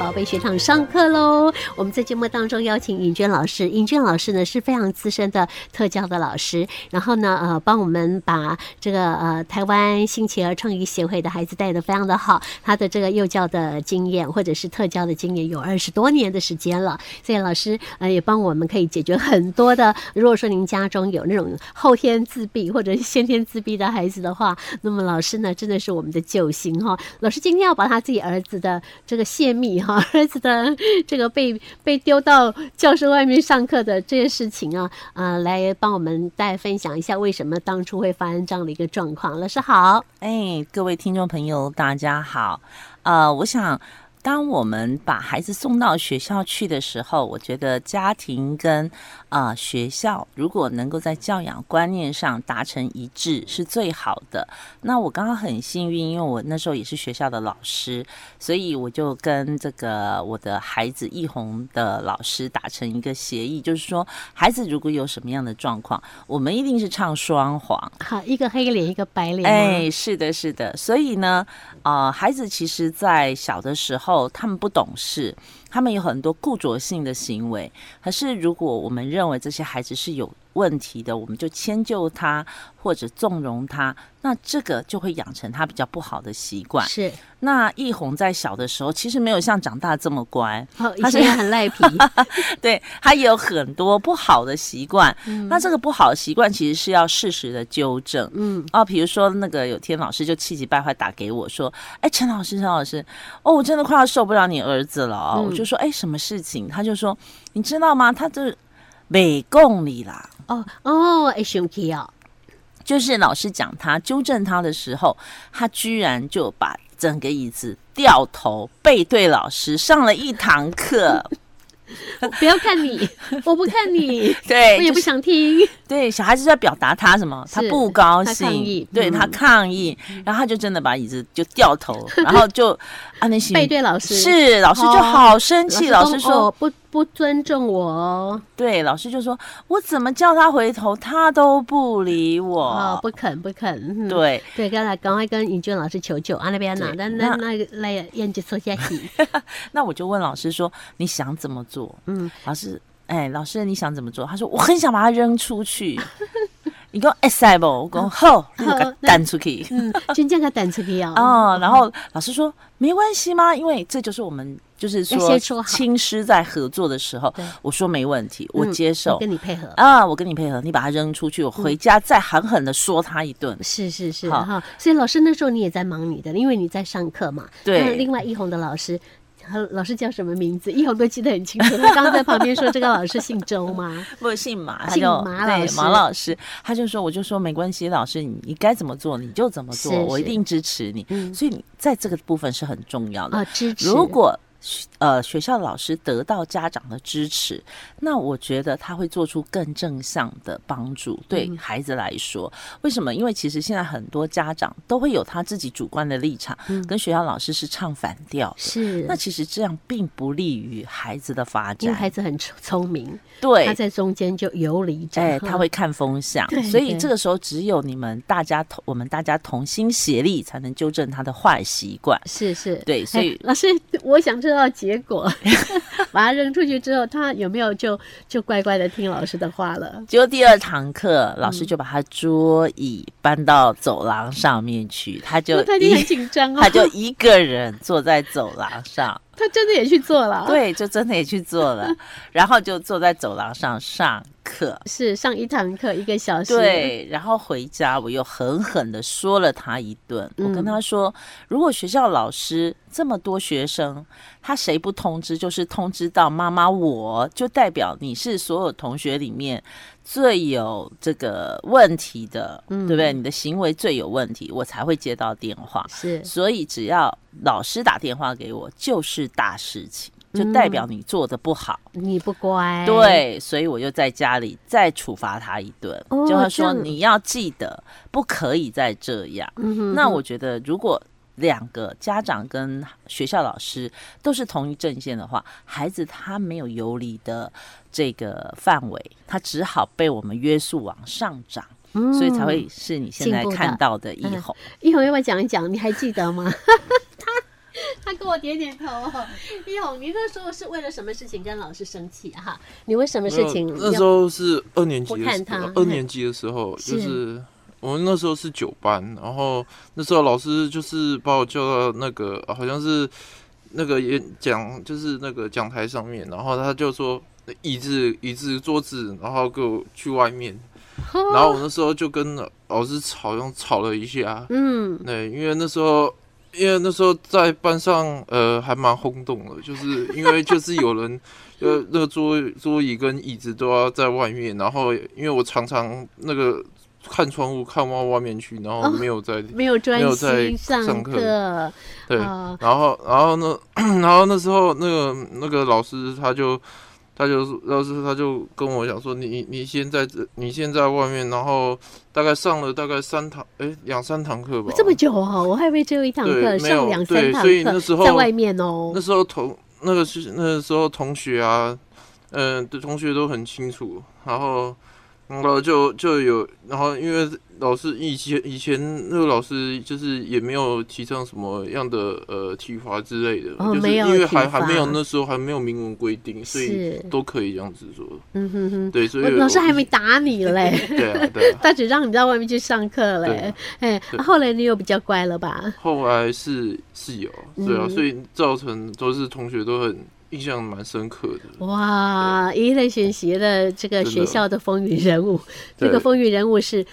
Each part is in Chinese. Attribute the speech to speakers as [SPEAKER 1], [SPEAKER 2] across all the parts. [SPEAKER 1] 宝贝学堂上课喽。我们在节目当中邀请尹娟老师，尹娟老师呢是非常资深的特教的老师，然后呢呃帮我们把这个呃台湾新奇儿创意协会的孩子带得非常的好，他的这个幼教的经验或者是特教的经验有二十多年的时间了，所以老师呃也帮我们可以解决很多的。如果说您家中有那种后天自闭或者是先天自闭的孩子的话，那么老师呢真的是我们的救星哦哈、老师今天要把他自己儿子的这个泄密哈、 儿子的这个被被丢到教室外面上课的这些事情啊，呃，来帮我们再分享一下为什么当初会发生这样的一个状况。老师好，
[SPEAKER 2] 哎，各位听众朋友，大家好。呃，我想，当我们把孩子送到学校去的时候，我觉得家庭跟呃学校如果能够在教养观念上达成一致，是最好的。那我刚刚很幸运，因为我那时候也是学校的老师，所以我就跟这个我的孩子易红的老师达成一个协议，就是说，孩子如果有什么样的状况，我们一定是唱双簧。
[SPEAKER 1] 好，一个黑脸一个白脸，
[SPEAKER 2] 哎，，是的，是的。所以呢，呃，孩子其实，在小的时候，他们不懂事，他们有很多固着性的行为。可是，如果我们认为这些孩子是有问题的，我们就迁就他或者纵容他，那这个就会养成他比较不好的习惯。
[SPEAKER 1] 是，
[SPEAKER 2] 那易红在小的时候，其实没有像长大这么乖，
[SPEAKER 1] 哦好，以
[SPEAKER 2] 他是
[SPEAKER 1] 前也很赖皮，
[SPEAKER 2] 对他也有很多不好的习惯。
[SPEAKER 1] 嗯
[SPEAKER 2] 那这个不好的习惯，其实是要适时的纠正。
[SPEAKER 1] 嗯，
[SPEAKER 2] 哦，比如说那个有天老师就气急败坏打给我说：“哎，陈老师，陈老师，哦，我真的快要受不了你儿子了哦。
[SPEAKER 1] 嗯
[SPEAKER 2] 我就说：“哎，什么事情？”他就说：“你知道吗？他这美共你啦，
[SPEAKER 1] 哦哦，哎，熊 k 哦，
[SPEAKER 2] 就是老师讲他纠正他的时候，他居然就把整个椅子掉头背对老师上了一堂 课。
[SPEAKER 1] 我不要看 你，我不看你，
[SPEAKER 2] 对，
[SPEAKER 1] 我也
[SPEAKER 2] 哎就
[SPEAKER 1] 不
[SPEAKER 2] 是
[SPEAKER 1] 想听，
[SPEAKER 2] 对，小孩子在表达他什么？他
[SPEAKER 1] 是
[SPEAKER 2] 不高
[SPEAKER 1] 他
[SPEAKER 2] 兴，
[SPEAKER 1] 抗议
[SPEAKER 2] 对他
[SPEAKER 1] 嗯
[SPEAKER 2] 抗议，然后他就真的把椅子就掉头，然 后就啊，那行
[SPEAKER 1] 背对老师，
[SPEAKER 2] 是老师就
[SPEAKER 1] 哦
[SPEAKER 2] 好生气，老
[SPEAKER 1] 公
[SPEAKER 2] 师说、
[SPEAKER 1] 哦不不尊重我哦，
[SPEAKER 2] 对，老师就说我怎么叫他回头，他都不理我。
[SPEAKER 1] 哦不肯不肯，嗯。
[SPEAKER 2] 对，
[SPEAKER 1] 对，刚才赶快跟尹娟老师求救啊！那边哪？那
[SPEAKER 2] 对
[SPEAKER 1] 那
[SPEAKER 2] 那
[SPEAKER 1] 那来研究一下戏。
[SPEAKER 2] 那我就问老师说你想怎么做？
[SPEAKER 1] 嗯，
[SPEAKER 2] 老师，哎，老师你想怎么做？他说我很想把他扔出 去。你给我 S 不？我讲好，你给
[SPEAKER 1] 嗯好
[SPEAKER 2] 我
[SPEAKER 1] 那
[SPEAKER 2] 赶出去。
[SPEAKER 1] 嗯， 真正个胆子比哦。
[SPEAKER 2] 哦，然后老师说没关系吗？因为这就是我们就是
[SPEAKER 1] 要
[SPEAKER 2] 说
[SPEAKER 1] 先说好
[SPEAKER 2] 亲师在合作的时候
[SPEAKER 1] 对，
[SPEAKER 2] 我说没问题，我
[SPEAKER 1] 嗯
[SPEAKER 2] 接受
[SPEAKER 1] 我。跟你配合。
[SPEAKER 2] 啊，我跟你配合，你把他扔出去，我回家再狠狠的说他一顿。
[SPEAKER 1] 是是是
[SPEAKER 2] 好
[SPEAKER 1] 哈，所以老师那时候你也在忙你的，因为你在上课嘛。
[SPEAKER 2] 对
[SPEAKER 1] 那另外一红的老师，他老师叫什么名字？一红都记得很清楚。他 刚刚在旁边说这个老师姓周 吗？
[SPEAKER 2] 不姓马，他
[SPEAKER 1] 姓
[SPEAKER 2] 就
[SPEAKER 1] 马老
[SPEAKER 2] 对
[SPEAKER 1] 师
[SPEAKER 2] 马老师，他就说，我就说没关系，老师你你该怎么做你就怎么做，
[SPEAKER 1] 是
[SPEAKER 2] 我一
[SPEAKER 1] 是
[SPEAKER 2] 定支持你。
[SPEAKER 1] 嗯
[SPEAKER 2] 所以你在这个部分是很重要的。
[SPEAKER 1] 啊，支持。
[SPEAKER 2] 如果学呃学校老师得到家长的支持，那我觉得他会做出更正向的帮助对
[SPEAKER 1] 嗯
[SPEAKER 2] 孩子来说。为什么？因为其实现在很多家长都会有他自己主观的立场，
[SPEAKER 1] 嗯
[SPEAKER 2] 跟学校老师是唱反调的。
[SPEAKER 1] 是
[SPEAKER 2] 那，其实这样并不利于孩子的发
[SPEAKER 1] 因为
[SPEAKER 2] 展，
[SPEAKER 1] 孩子很聪聪明，
[SPEAKER 2] 对
[SPEAKER 1] 他在中间就游离着。
[SPEAKER 2] 哎，
[SPEAKER 1] 哈
[SPEAKER 2] 他会看风向
[SPEAKER 1] 对，
[SPEAKER 2] 所以
[SPEAKER 1] 对
[SPEAKER 2] 这个时候只有你们大家同我们大家同心协力，才能纠正他的坏习惯。
[SPEAKER 1] 是是，
[SPEAKER 2] 对所
[SPEAKER 1] 哎
[SPEAKER 2] 以
[SPEAKER 1] 老师，我想知道结果， 把他扔出去之后，他有没有就就乖乖的听老师的话了？
[SPEAKER 2] 结果第二堂课，老
[SPEAKER 1] 嗯
[SPEAKER 2] 师就把他桌椅搬到走廊上面去，他就
[SPEAKER 1] 那他一定很
[SPEAKER 2] 一
[SPEAKER 1] 紧 张哦，
[SPEAKER 2] 他就一个人坐在走廊 上，
[SPEAKER 1] 他真的也去做了，，
[SPEAKER 2] 对，就真的也去做了，然后就坐在走廊上上课。
[SPEAKER 1] 是上一堂课一个小时，，
[SPEAKER 2] 对，然后回家我又狠狠的说了他一顿。我跟
[SPEAKER 1] 嗯
[SPEAKER 2] 他说，如果学校老师这么多学生，他谁不通知，就是通知到妈妈我，就代表你是所有同学里面最有这个问题的，对不对？你的行为最有问题，我才会接到电话。
[SPEAKER 1] 是
[SPEAKER 2] 所以只要老师打电话给我，就是大事情，就代表你做的不好。
[SPEAKER 1] 你不乖，，
[SPEAKER 2] 对，所以我就在家里再处罚他一顿，
[SPEAKER 1] 哦
[SPEAKER 2] 就是
[SPEAKER 1] 这
[SPEAKER 2] 说
[SPEAKER 1] 样
[SPEAKER 2] 你要记得不可以再这样。
[SPEAKER 1] 嗯哼，
[SPEAKER 2] 那我觉得如果两个家长跟学校老师都是同一阵线的话，孩子他没有游离的这个范围，他只好被我们约束往上涨，
[SPEAKER 1] 嗯
[SPEAKER 2] 所以才。会是你现
[SPEAKER 1] 进
[SPEAKER 2] 在
[SPEAKER 1] 步的
[SPEAKER 2] 看到的
[SPEAKER 1] 嗯
[SPEAKER 2] 以后。
[SPEAKER 1] 一会儿要不要讲一讲？你还记得吗？他他跟我点点头、哦。一红，你那时候是为了什么事情跟老师生气啊哈、你为什么事情
[SPEAKER 3] 没有
[SPEAKER 1] 要？
[SPEAKER 3] 那时候是二年级的
[SPEAKER 1] 看
[SPEAKER 3] 时
[SPEAKER 1] 他
[SPEAKER 3] 候，
[SPEAKER 1] 嗯
[SPEAKER 3] 二年级的时候
[SPEAKER 1] 是
[SPEAKER 3] 就是我们那时候是九班，然后那时候老师就是把我叫到那个好像是那个演讲，就是那个讲台上面，然后他就说椅子椅子桌子，然后给我去外面，然后我那时候就跟老老师吵，像吵了一下，
[SPEAKER 1] 嗯，
[SPEAKER 3] 对，因为那时候，因为那时候在班上，呃，还蛮轰动的，就是因为就是有人，呃，那个桌桌椅跟椅子都要在外面，然后因为我常常那个看窗户看到外面去，然后没有在、
[SPEAKER 1] 没有专
[SPEAKER 3] 没有
[SPEAKER 1] 心
[SPEAKER 3] 在
[SPEAKER 1] 上
[SPEAKER 3] 上课
[SPEAKER 1] 课，
[SPEAKER 3] 对，
[SPEAKER 1] 啊
[SPEAKER 3] 然后然后呢，然后那时候那个那个老师他就。他就老师他就跟我讲说，你你先在这，你先在外面，然后大概上了大概三堂，哎，两三堂课吧。
[SPEAKER 1] 这么久哦，我还以为只有一堂
[SPEAKER 3] 对
[SPEAKER 1] 课，
[SPEAKER 3] 没
[SPEAKER 1] 上
[SPEAKER 3] 有
[SPEAKER 1] 两三
[SPEAKER 3] 对
[SPEAKER 1] 堂
[SPEAKER 3] 所以
[SPEAKER 1] 课
[SPEAKER 3] 那时候
[SPEAKER 1] 在外面哦
[SPEAKER 3] 那。时候同那个是那时候同学啊，嗯、对同学都很清楚，然后然后就就有，然后因为老师以前以前那个老师就是也没有提倡什么样的呃体罚之类的，
[SPEAKER 1] 哦
[SPEAKER 3] 就是
[SPEAKER 1] 没有
[SPEAKER 3] 因为
[SPEAKER 1] 体
[SPEAKER 3] 还还没有
[SPEAKER 1] 罚
[SPEAKER 3] 那时候还没有明文规定，所以
[SPEAKER 1] 是
[SPEAKER 3] 都可以这样子说，
[SPEAKER 1] 嗯哼哼，
[SPEAKER 3] 对，所以
[SPEAKER 1] 我老师
[SPEAKER 3] 我
[SPEAKER 1] 还没打你嘞，
[SPEAKER 3] 对啊对啊，
[SPEAKER 1] 他只让你到外面去上课嘞
[SPEAKER 3] 对。
[SPEAKER 1] 哎，
[SPEAKER 3] 对
[SPEAKER 1] 啊后来你有比较乖了吧？
[SPEAKER 3] 后来是是有，对啊，
[SPEAKER 1] 嗯
[SPEAKER 3] 所以造成都是同学都很印象蛮深刻的。
[SPEAKER 1] 哇，一类选习的这个
[SPEAKER 3] 真的
[SPEAKER 1] 学校的风云人物，这
[SPEAKER 3] 对
[SPEAKER 1] 个风云人物是。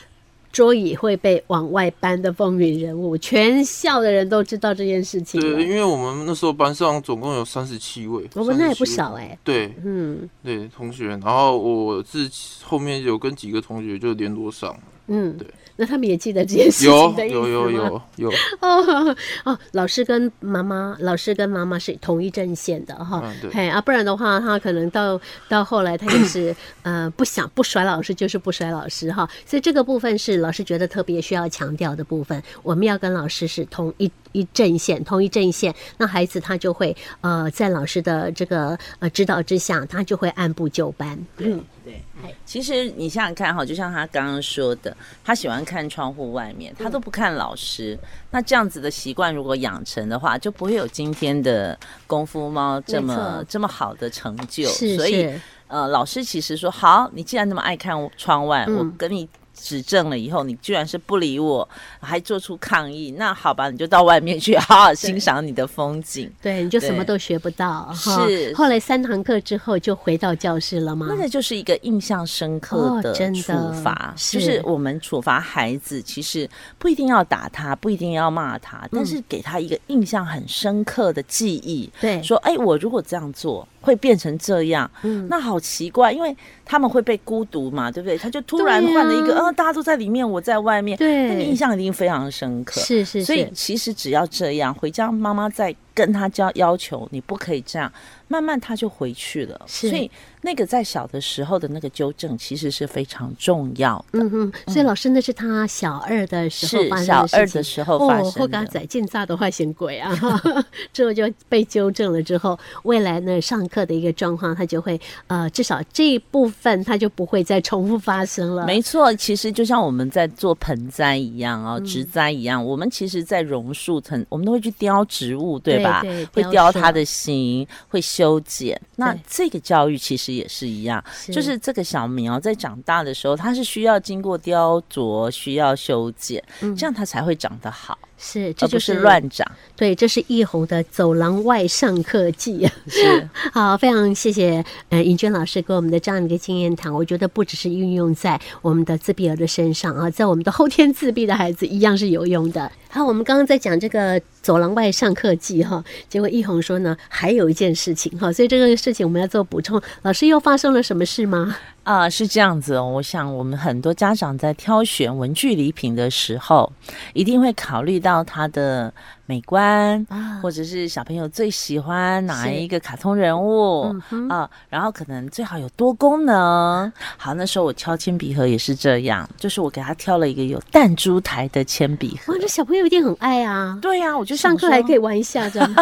[SPEAKER 1] 桌椅会被往外搬的风云人物，全校的人都知道这件事情了。
[SPEAKER 3] 对，因为我们那时候班上总共有三十七位，
[SPEAKER 1] 我们那也不
[SPEAKER 3] 37位。
[SPEAKER 1] 少哎、
[SPEAKER 3] 对
[SPEAKER 1] 嗯
[SPEAKER 3] 对，同学，然后我自己后面有跟几个同学就联络上，
[SPEAKER 1] 嗯
[SPEAKER 3] 对，
[SPEAKER 1] 那他们也记得这件事
[SPEAKER 3] 有
[SPEAKER 1] 情的意思
[SPEAKER 3] 有有
[SPEAKER 1] 吗
[SPEAKER 3] 有有，
[SPEAKER 1] 哦 哦，老师跟妈妈，老师跟妈妈是同一阵线的哈。
[SPEAKER 3] 嗯对
[SPEAKER 1] 嘿啊，不然的话，他可能到到后来，他也是呃不想不甩老师，就是不甩老师哈。所以这个部分是老师觉得特别需要强调的部分。我们要跟老师是同一一阵线，同一阵线，那孩子他就会呃在老师的这个呃指导之下，他就会按部就班。嗯，
[SPEAKER 2] 对，其实你想想看哈，就像他刚刚说的，他喜欢看窗户外面，
[SPEAKER 1] 嗯
[SPEAKER 2] 他都不看老师。那这样子的习惯如果养成的话，就不会有今天的功夫猫这
[SPEAKER 1] 没错
[SPEAKER 2] 么这么好的成就。
[SPEAKER 1] 是
[SPEAKER 2] 所以
[SPEAKER 1] 是，
[SPEAKER 2] 呃，老师其实说好，你既然那么爱看窗外，
[SPEAKER 1] 嗯
[SPEAKER 2] 我跟你。指正了以后，你居然是不理我，还做出抗议。那好吧，你就到外面去好好欣赏你的风景。
[SPEAKER 1] 对，你就什么
[SPEAKER 2] 对
[SPEAKER 1] 都学不到哈。
[SPEAKER 2] 是
[SPEAKER 1] 后来三堂课之后就回到教室了吗？
[SPEAKER 2] 那个就是一个印象深刻
[SPEAKER 1] 哦
[SPEAKER 2] 的
[SPEAKER 1] 真的
[SPEAKER 2] 处罚，
[SPEAKER 1] 是
[SPEAKER 2] 就是我们处罚孩子，其实不一定要打他，不一定要骂他，
[SPEAKER 1] 嗯
[SPEAKER 2] 但是给他一个印象很深刻的记忆。
[SPEAKER 1] 对，
[SPEAKER 2] 说，哎、我如果这样做，会变成这样，
[SPEAKER 1] 嗯
[SPEAKER 2] 那好奇怪，因为他们会被孤独嘛，对不对？他就突然
[SPEAKER 1] 对啊
[SPEAKER 2] 换了一个，啊、大家都在里面，我在外面，
[SPEAKER 1] 对
[SPEAKER 2] 那个印象一定非常深刻。
[SPEAKER 1] 是是
[SPEAKER 2] 所以
[SPEAKER 1] 是，
[SPEAKER 2] 其实只要这样，回家妈妈再跟他教要求，你不可以这样，慢慢他就回去了。
[SPEAKER 1] 是
[SPEAKER 2] 所以那个在小的时候的那个纠正，其实是非常重要的。
[SPEAKER 1] 嗯哼，所以老师那是他小二的时候
[SPEAKER 2] 是
[SPEAKER 1] 发生
[SPEAKER 2] 小二
[SPEAKER 1] 事情。
[SPEAKER 2] 的时候发
[SPEAKER 1] 哦，后
[SPEAKER 2] 生的，
[SPEAKER 1] 嘎仔进炸的话嫌鬼啊， 之后就被纠正了。之后未来呢，上课的一个状况，他就会呃，至少这一部分他就不会再重复发生了。
[SPEAKER 2] 没错，其实就像我们在做盆栽一样哦，
[SPEAKER 1] 嗯
[SPEAKER 2] 植栽一样，我们其实在榕树藤，我们都会去雕植物，
[SPEAKER 1] 对
[SPEAKER 2] 吧？
[SPEAKER 1] 对
[SPEAKER 2] 会
[SPEAKER 1] 雕
[SPEAKER 2] 雕
[SPEAKER 1] 塑
[SPEAKER 2] 它的形，会修剪。那
[SPEAKER 1] 对
[SPEAKER 2] 这个教育其实也是一样，就是这个小苗在长大的时候，它是需要经过雕琢，需要修剪，这样它才会长得好，
[SPEAKER 1] 是，嗯这
[SPEAKER 2] 呃而不
[SPEAKER 1] 就是
[SPEAKER 2] 乱长。
[SPEAKER 1] 对，这是易红的走廊外上课记。
[SPEAKER 2] 是，
[SPEAKER 1] 好，非常谢谢呃尹娟老师给我们的这样的一个经验谈，我觉得不只是运用在我们的自闭儿的身上啊，在我们的后天自闭的孩子一样是有用的。 好，我们刚刚在讲这个走廊外上课记哈，结果易红说呢，还有一件事情哈，所以这个事情我们要做补充。老师又发生了什么事吗？
[SPEAKER 2] 啊、是这样子哦。我想我们很多家长在挑选文具礼品的时候，一定会考虑到它的美观，
[SPEAKER 1] 啊，
[SPEAKER 2] 或者是小朋友最喜欢哪
[SPEAKER 1] 是嗯
[SPEAKER 2] 一个卡通人物啊、然后可能最好有多功能。好，那时候我挑铅笔盒也是这样，就是我给他挑了一个有弹珠台的铅笔盒
[SPEAKER 1] 哇，。这小朋友一定很爱啊，
[SPEAKER 2] 对呀、我就
[SPEAKER 1] 上课还可
[SPEAKER 2] 以，
[SPEAKER 1] 以玩一下，这 样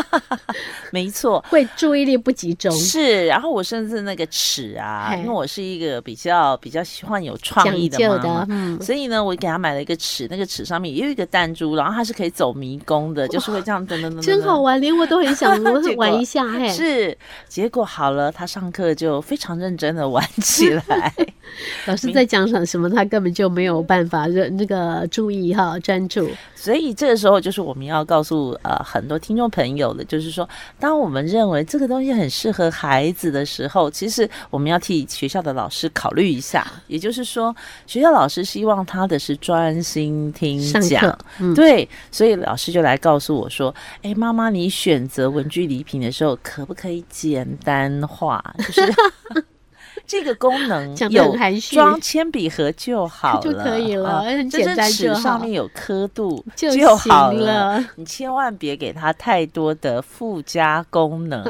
[SPEAKER 2] 没错。
[SPEAKER 1] 会注意力不集中。
[SPEAKER 2] 是，然后我甚至那个尺啊，
[SPEAKER 1] 嘿
[SPEAKER 2] 因为我是一个比较比较喜欢有创意的
[SPEAKER 1] 讲究
[SPEAKER 2] 妈
[SPEAKER 1] 的
[SPEAKER 2] 妈，
[SPEAKER 1] 嗯
[SPEAKER 2] 所以呢，我给他买了一个尺，那个尺上面也有一个弹珠，然后它是可以走迷宫的，就就是会这样噔噔噔噔，
[SPEAKER 1] 真好玩，连我都很 想
[SPEAKER 2] 结果
[SPEAKER 1] 玩一下嘿。
[SPEAKER 2] 是，结果好了，他上课就非常认真的玩起来。
[SPEAKER 1] 老师在讲什什么，他根本就没有办法认那个注意哈，专注。
[SPEAKER 2] 所以这个时候就是我们要告诉呃很多听众朋友的，就是说，当我们认为这个东西很适合孩子的时候，其实我们要替学校的老师考虑 一下。也就是说，学校老师希望他的是专心听
[SPEAKER 1] 上
[SPEAKER 2] 讲
[SPEAKER 1] 课，嗯
[SPEAKER 2] 对，所以老师就来告诉我说：“哎，妈妈，你选择文具礼品的时候，可不可以简单化？就是 这个功能
[SPEAKER 1] 讲得很
[SPEAKER 2] 有
[SPEAKER 1] 含蓄
[SPEAKER 2] 装铅笔盒就好了，
[SPEAKER 1] 就可以了
[SPEAKER 2] 啊
[SPEAKER 1] 很
[SPEAKER 2] 就是
[SPEAKER 1] 简单就
[SPEAKER 2] 纸上
[SPEAKER 1] 好
[SPEAKER 2] 面有刻度
[SPEAKER 1] 就
[SPEAKER 2] 好
[SPEAKER 1] 行了
[SPEAKER 2] 你千万别给它太多的附加 功能。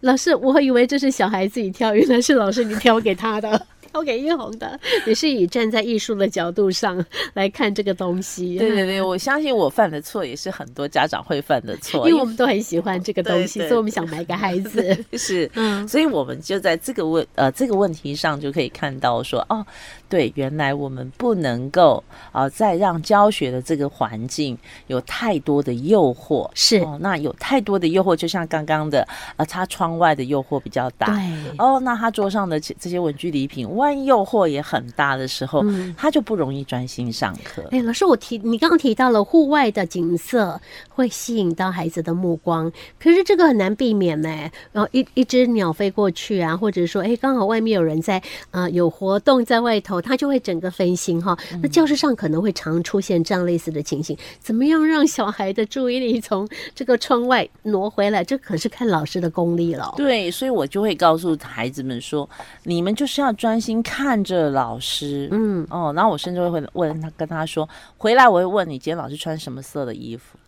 [SPEAKER 1] 老师，我以为这是小孩自己挑，原来是老师你挑给他的，挑给叶红的。你是以站在艺术的角度上来看这个东西，
[SPEAKER 2] 对对对，我相信我犯的错也是很多家长会犯的错，
[SPEAKER 1] 因为我们都很喜欢这个东西，
[SPEAKER 2] 对对
[SPEAKER 1] 所以我们想买给孩 子。
[SPEAKER 2] 是，
[SPEAKER 1] 嗯
[SPEAKER 2] 所以我们就在这个问呃这个问题上就可以看到说，哦，对，原来我们不能够啊、再让教学的这个环境有太多的诱惑，
[SPEAKER 1] 是
[SPEAKER 2] 哦，那有太多的诱惑，就像刚刚的啊，他、窗外的诱惑比较大，
[SPEAKER 1] 对，
[SPEAKER 2] 哦，那他桌上的这这些文具礼品，万一诱惑也很大的时候，
[SPEAKER 1] 嗯
[SPEAKER 2] 他就不容易专心上课。
[SPEAKER 1] 哎，老师，我提你刚刚提到了户外的景色会吸引到孩子的目光，可是这个很难避免呢、然后一一只鸟飞过去啊，或者说，哎，刚好外面有人在呃有活动在外头，他就会整个分心哈。
[SPEAKER 2] 嗯
[SPEAKER 1] 那教室上可能会常出现这样类似的情形，怎么样让小孩的注意力从这个窗外挪回来？这可是看老师的功力了。
[SPEAKER 2] 对，所以我就会告诉孩子们说，你们就是要专心看着老师，
[SPEAKER 1] 嗯，
[SPEAKER 2] 哦，然后我甚至会问他，跟他说，回来我会问你今天老师穿什么色的衣服。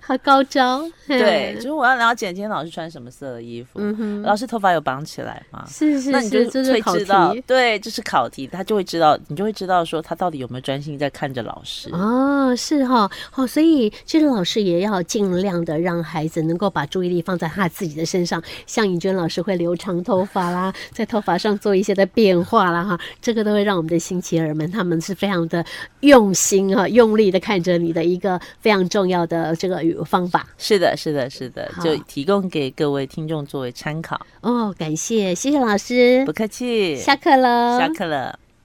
[SPEAKER 1] 好高招。嘿
[SPEAKER 2] 对，就是我要了解今天老师穿什么色的衣服。
[SPEAKER 1] 嗯哼，
[SPEAKER 2] 老师头发有绑起来吗？
[SPEAKER 1] 是是
[SPEAKER 2] 那你
[SPEAKER 1] 是，
[SPEAKER 2] 就
[SPEAKER 1] 这是
[SPEAKER 2] 会
[SPEAKER 1] 考
[SPEAKER 2] 知道
[SPEAKER 1] 题，。
[SPEAKER 2] 对，这是考题，他就会知道，你就会知道说他到底有没有专心在看着老师。
[SPEAKER 1] 哦，是哈、哦，好、所以其实老师也要尽量的让孩子能够把注意力放在他自己的身上，像尹娟老师会留长头发啦，在头发上做一些的变化啦，哈，这个都会让我们的新奇儿们他们是非常的用心啊，用力的看着你的一个非常重要的这个语方法
[SPEAKER 2] 是的，是的，是的，就
[SPEAKER 1] 好
[SPEAKER 2] 提供给各位听众作为参考。
[SPEAKER 1] 哦。感谢，谢谢老师
[SPEAKER 2] 不，客气，
[SPEAKER 1] 下课喽，
[SPEAKER 2] 下课了。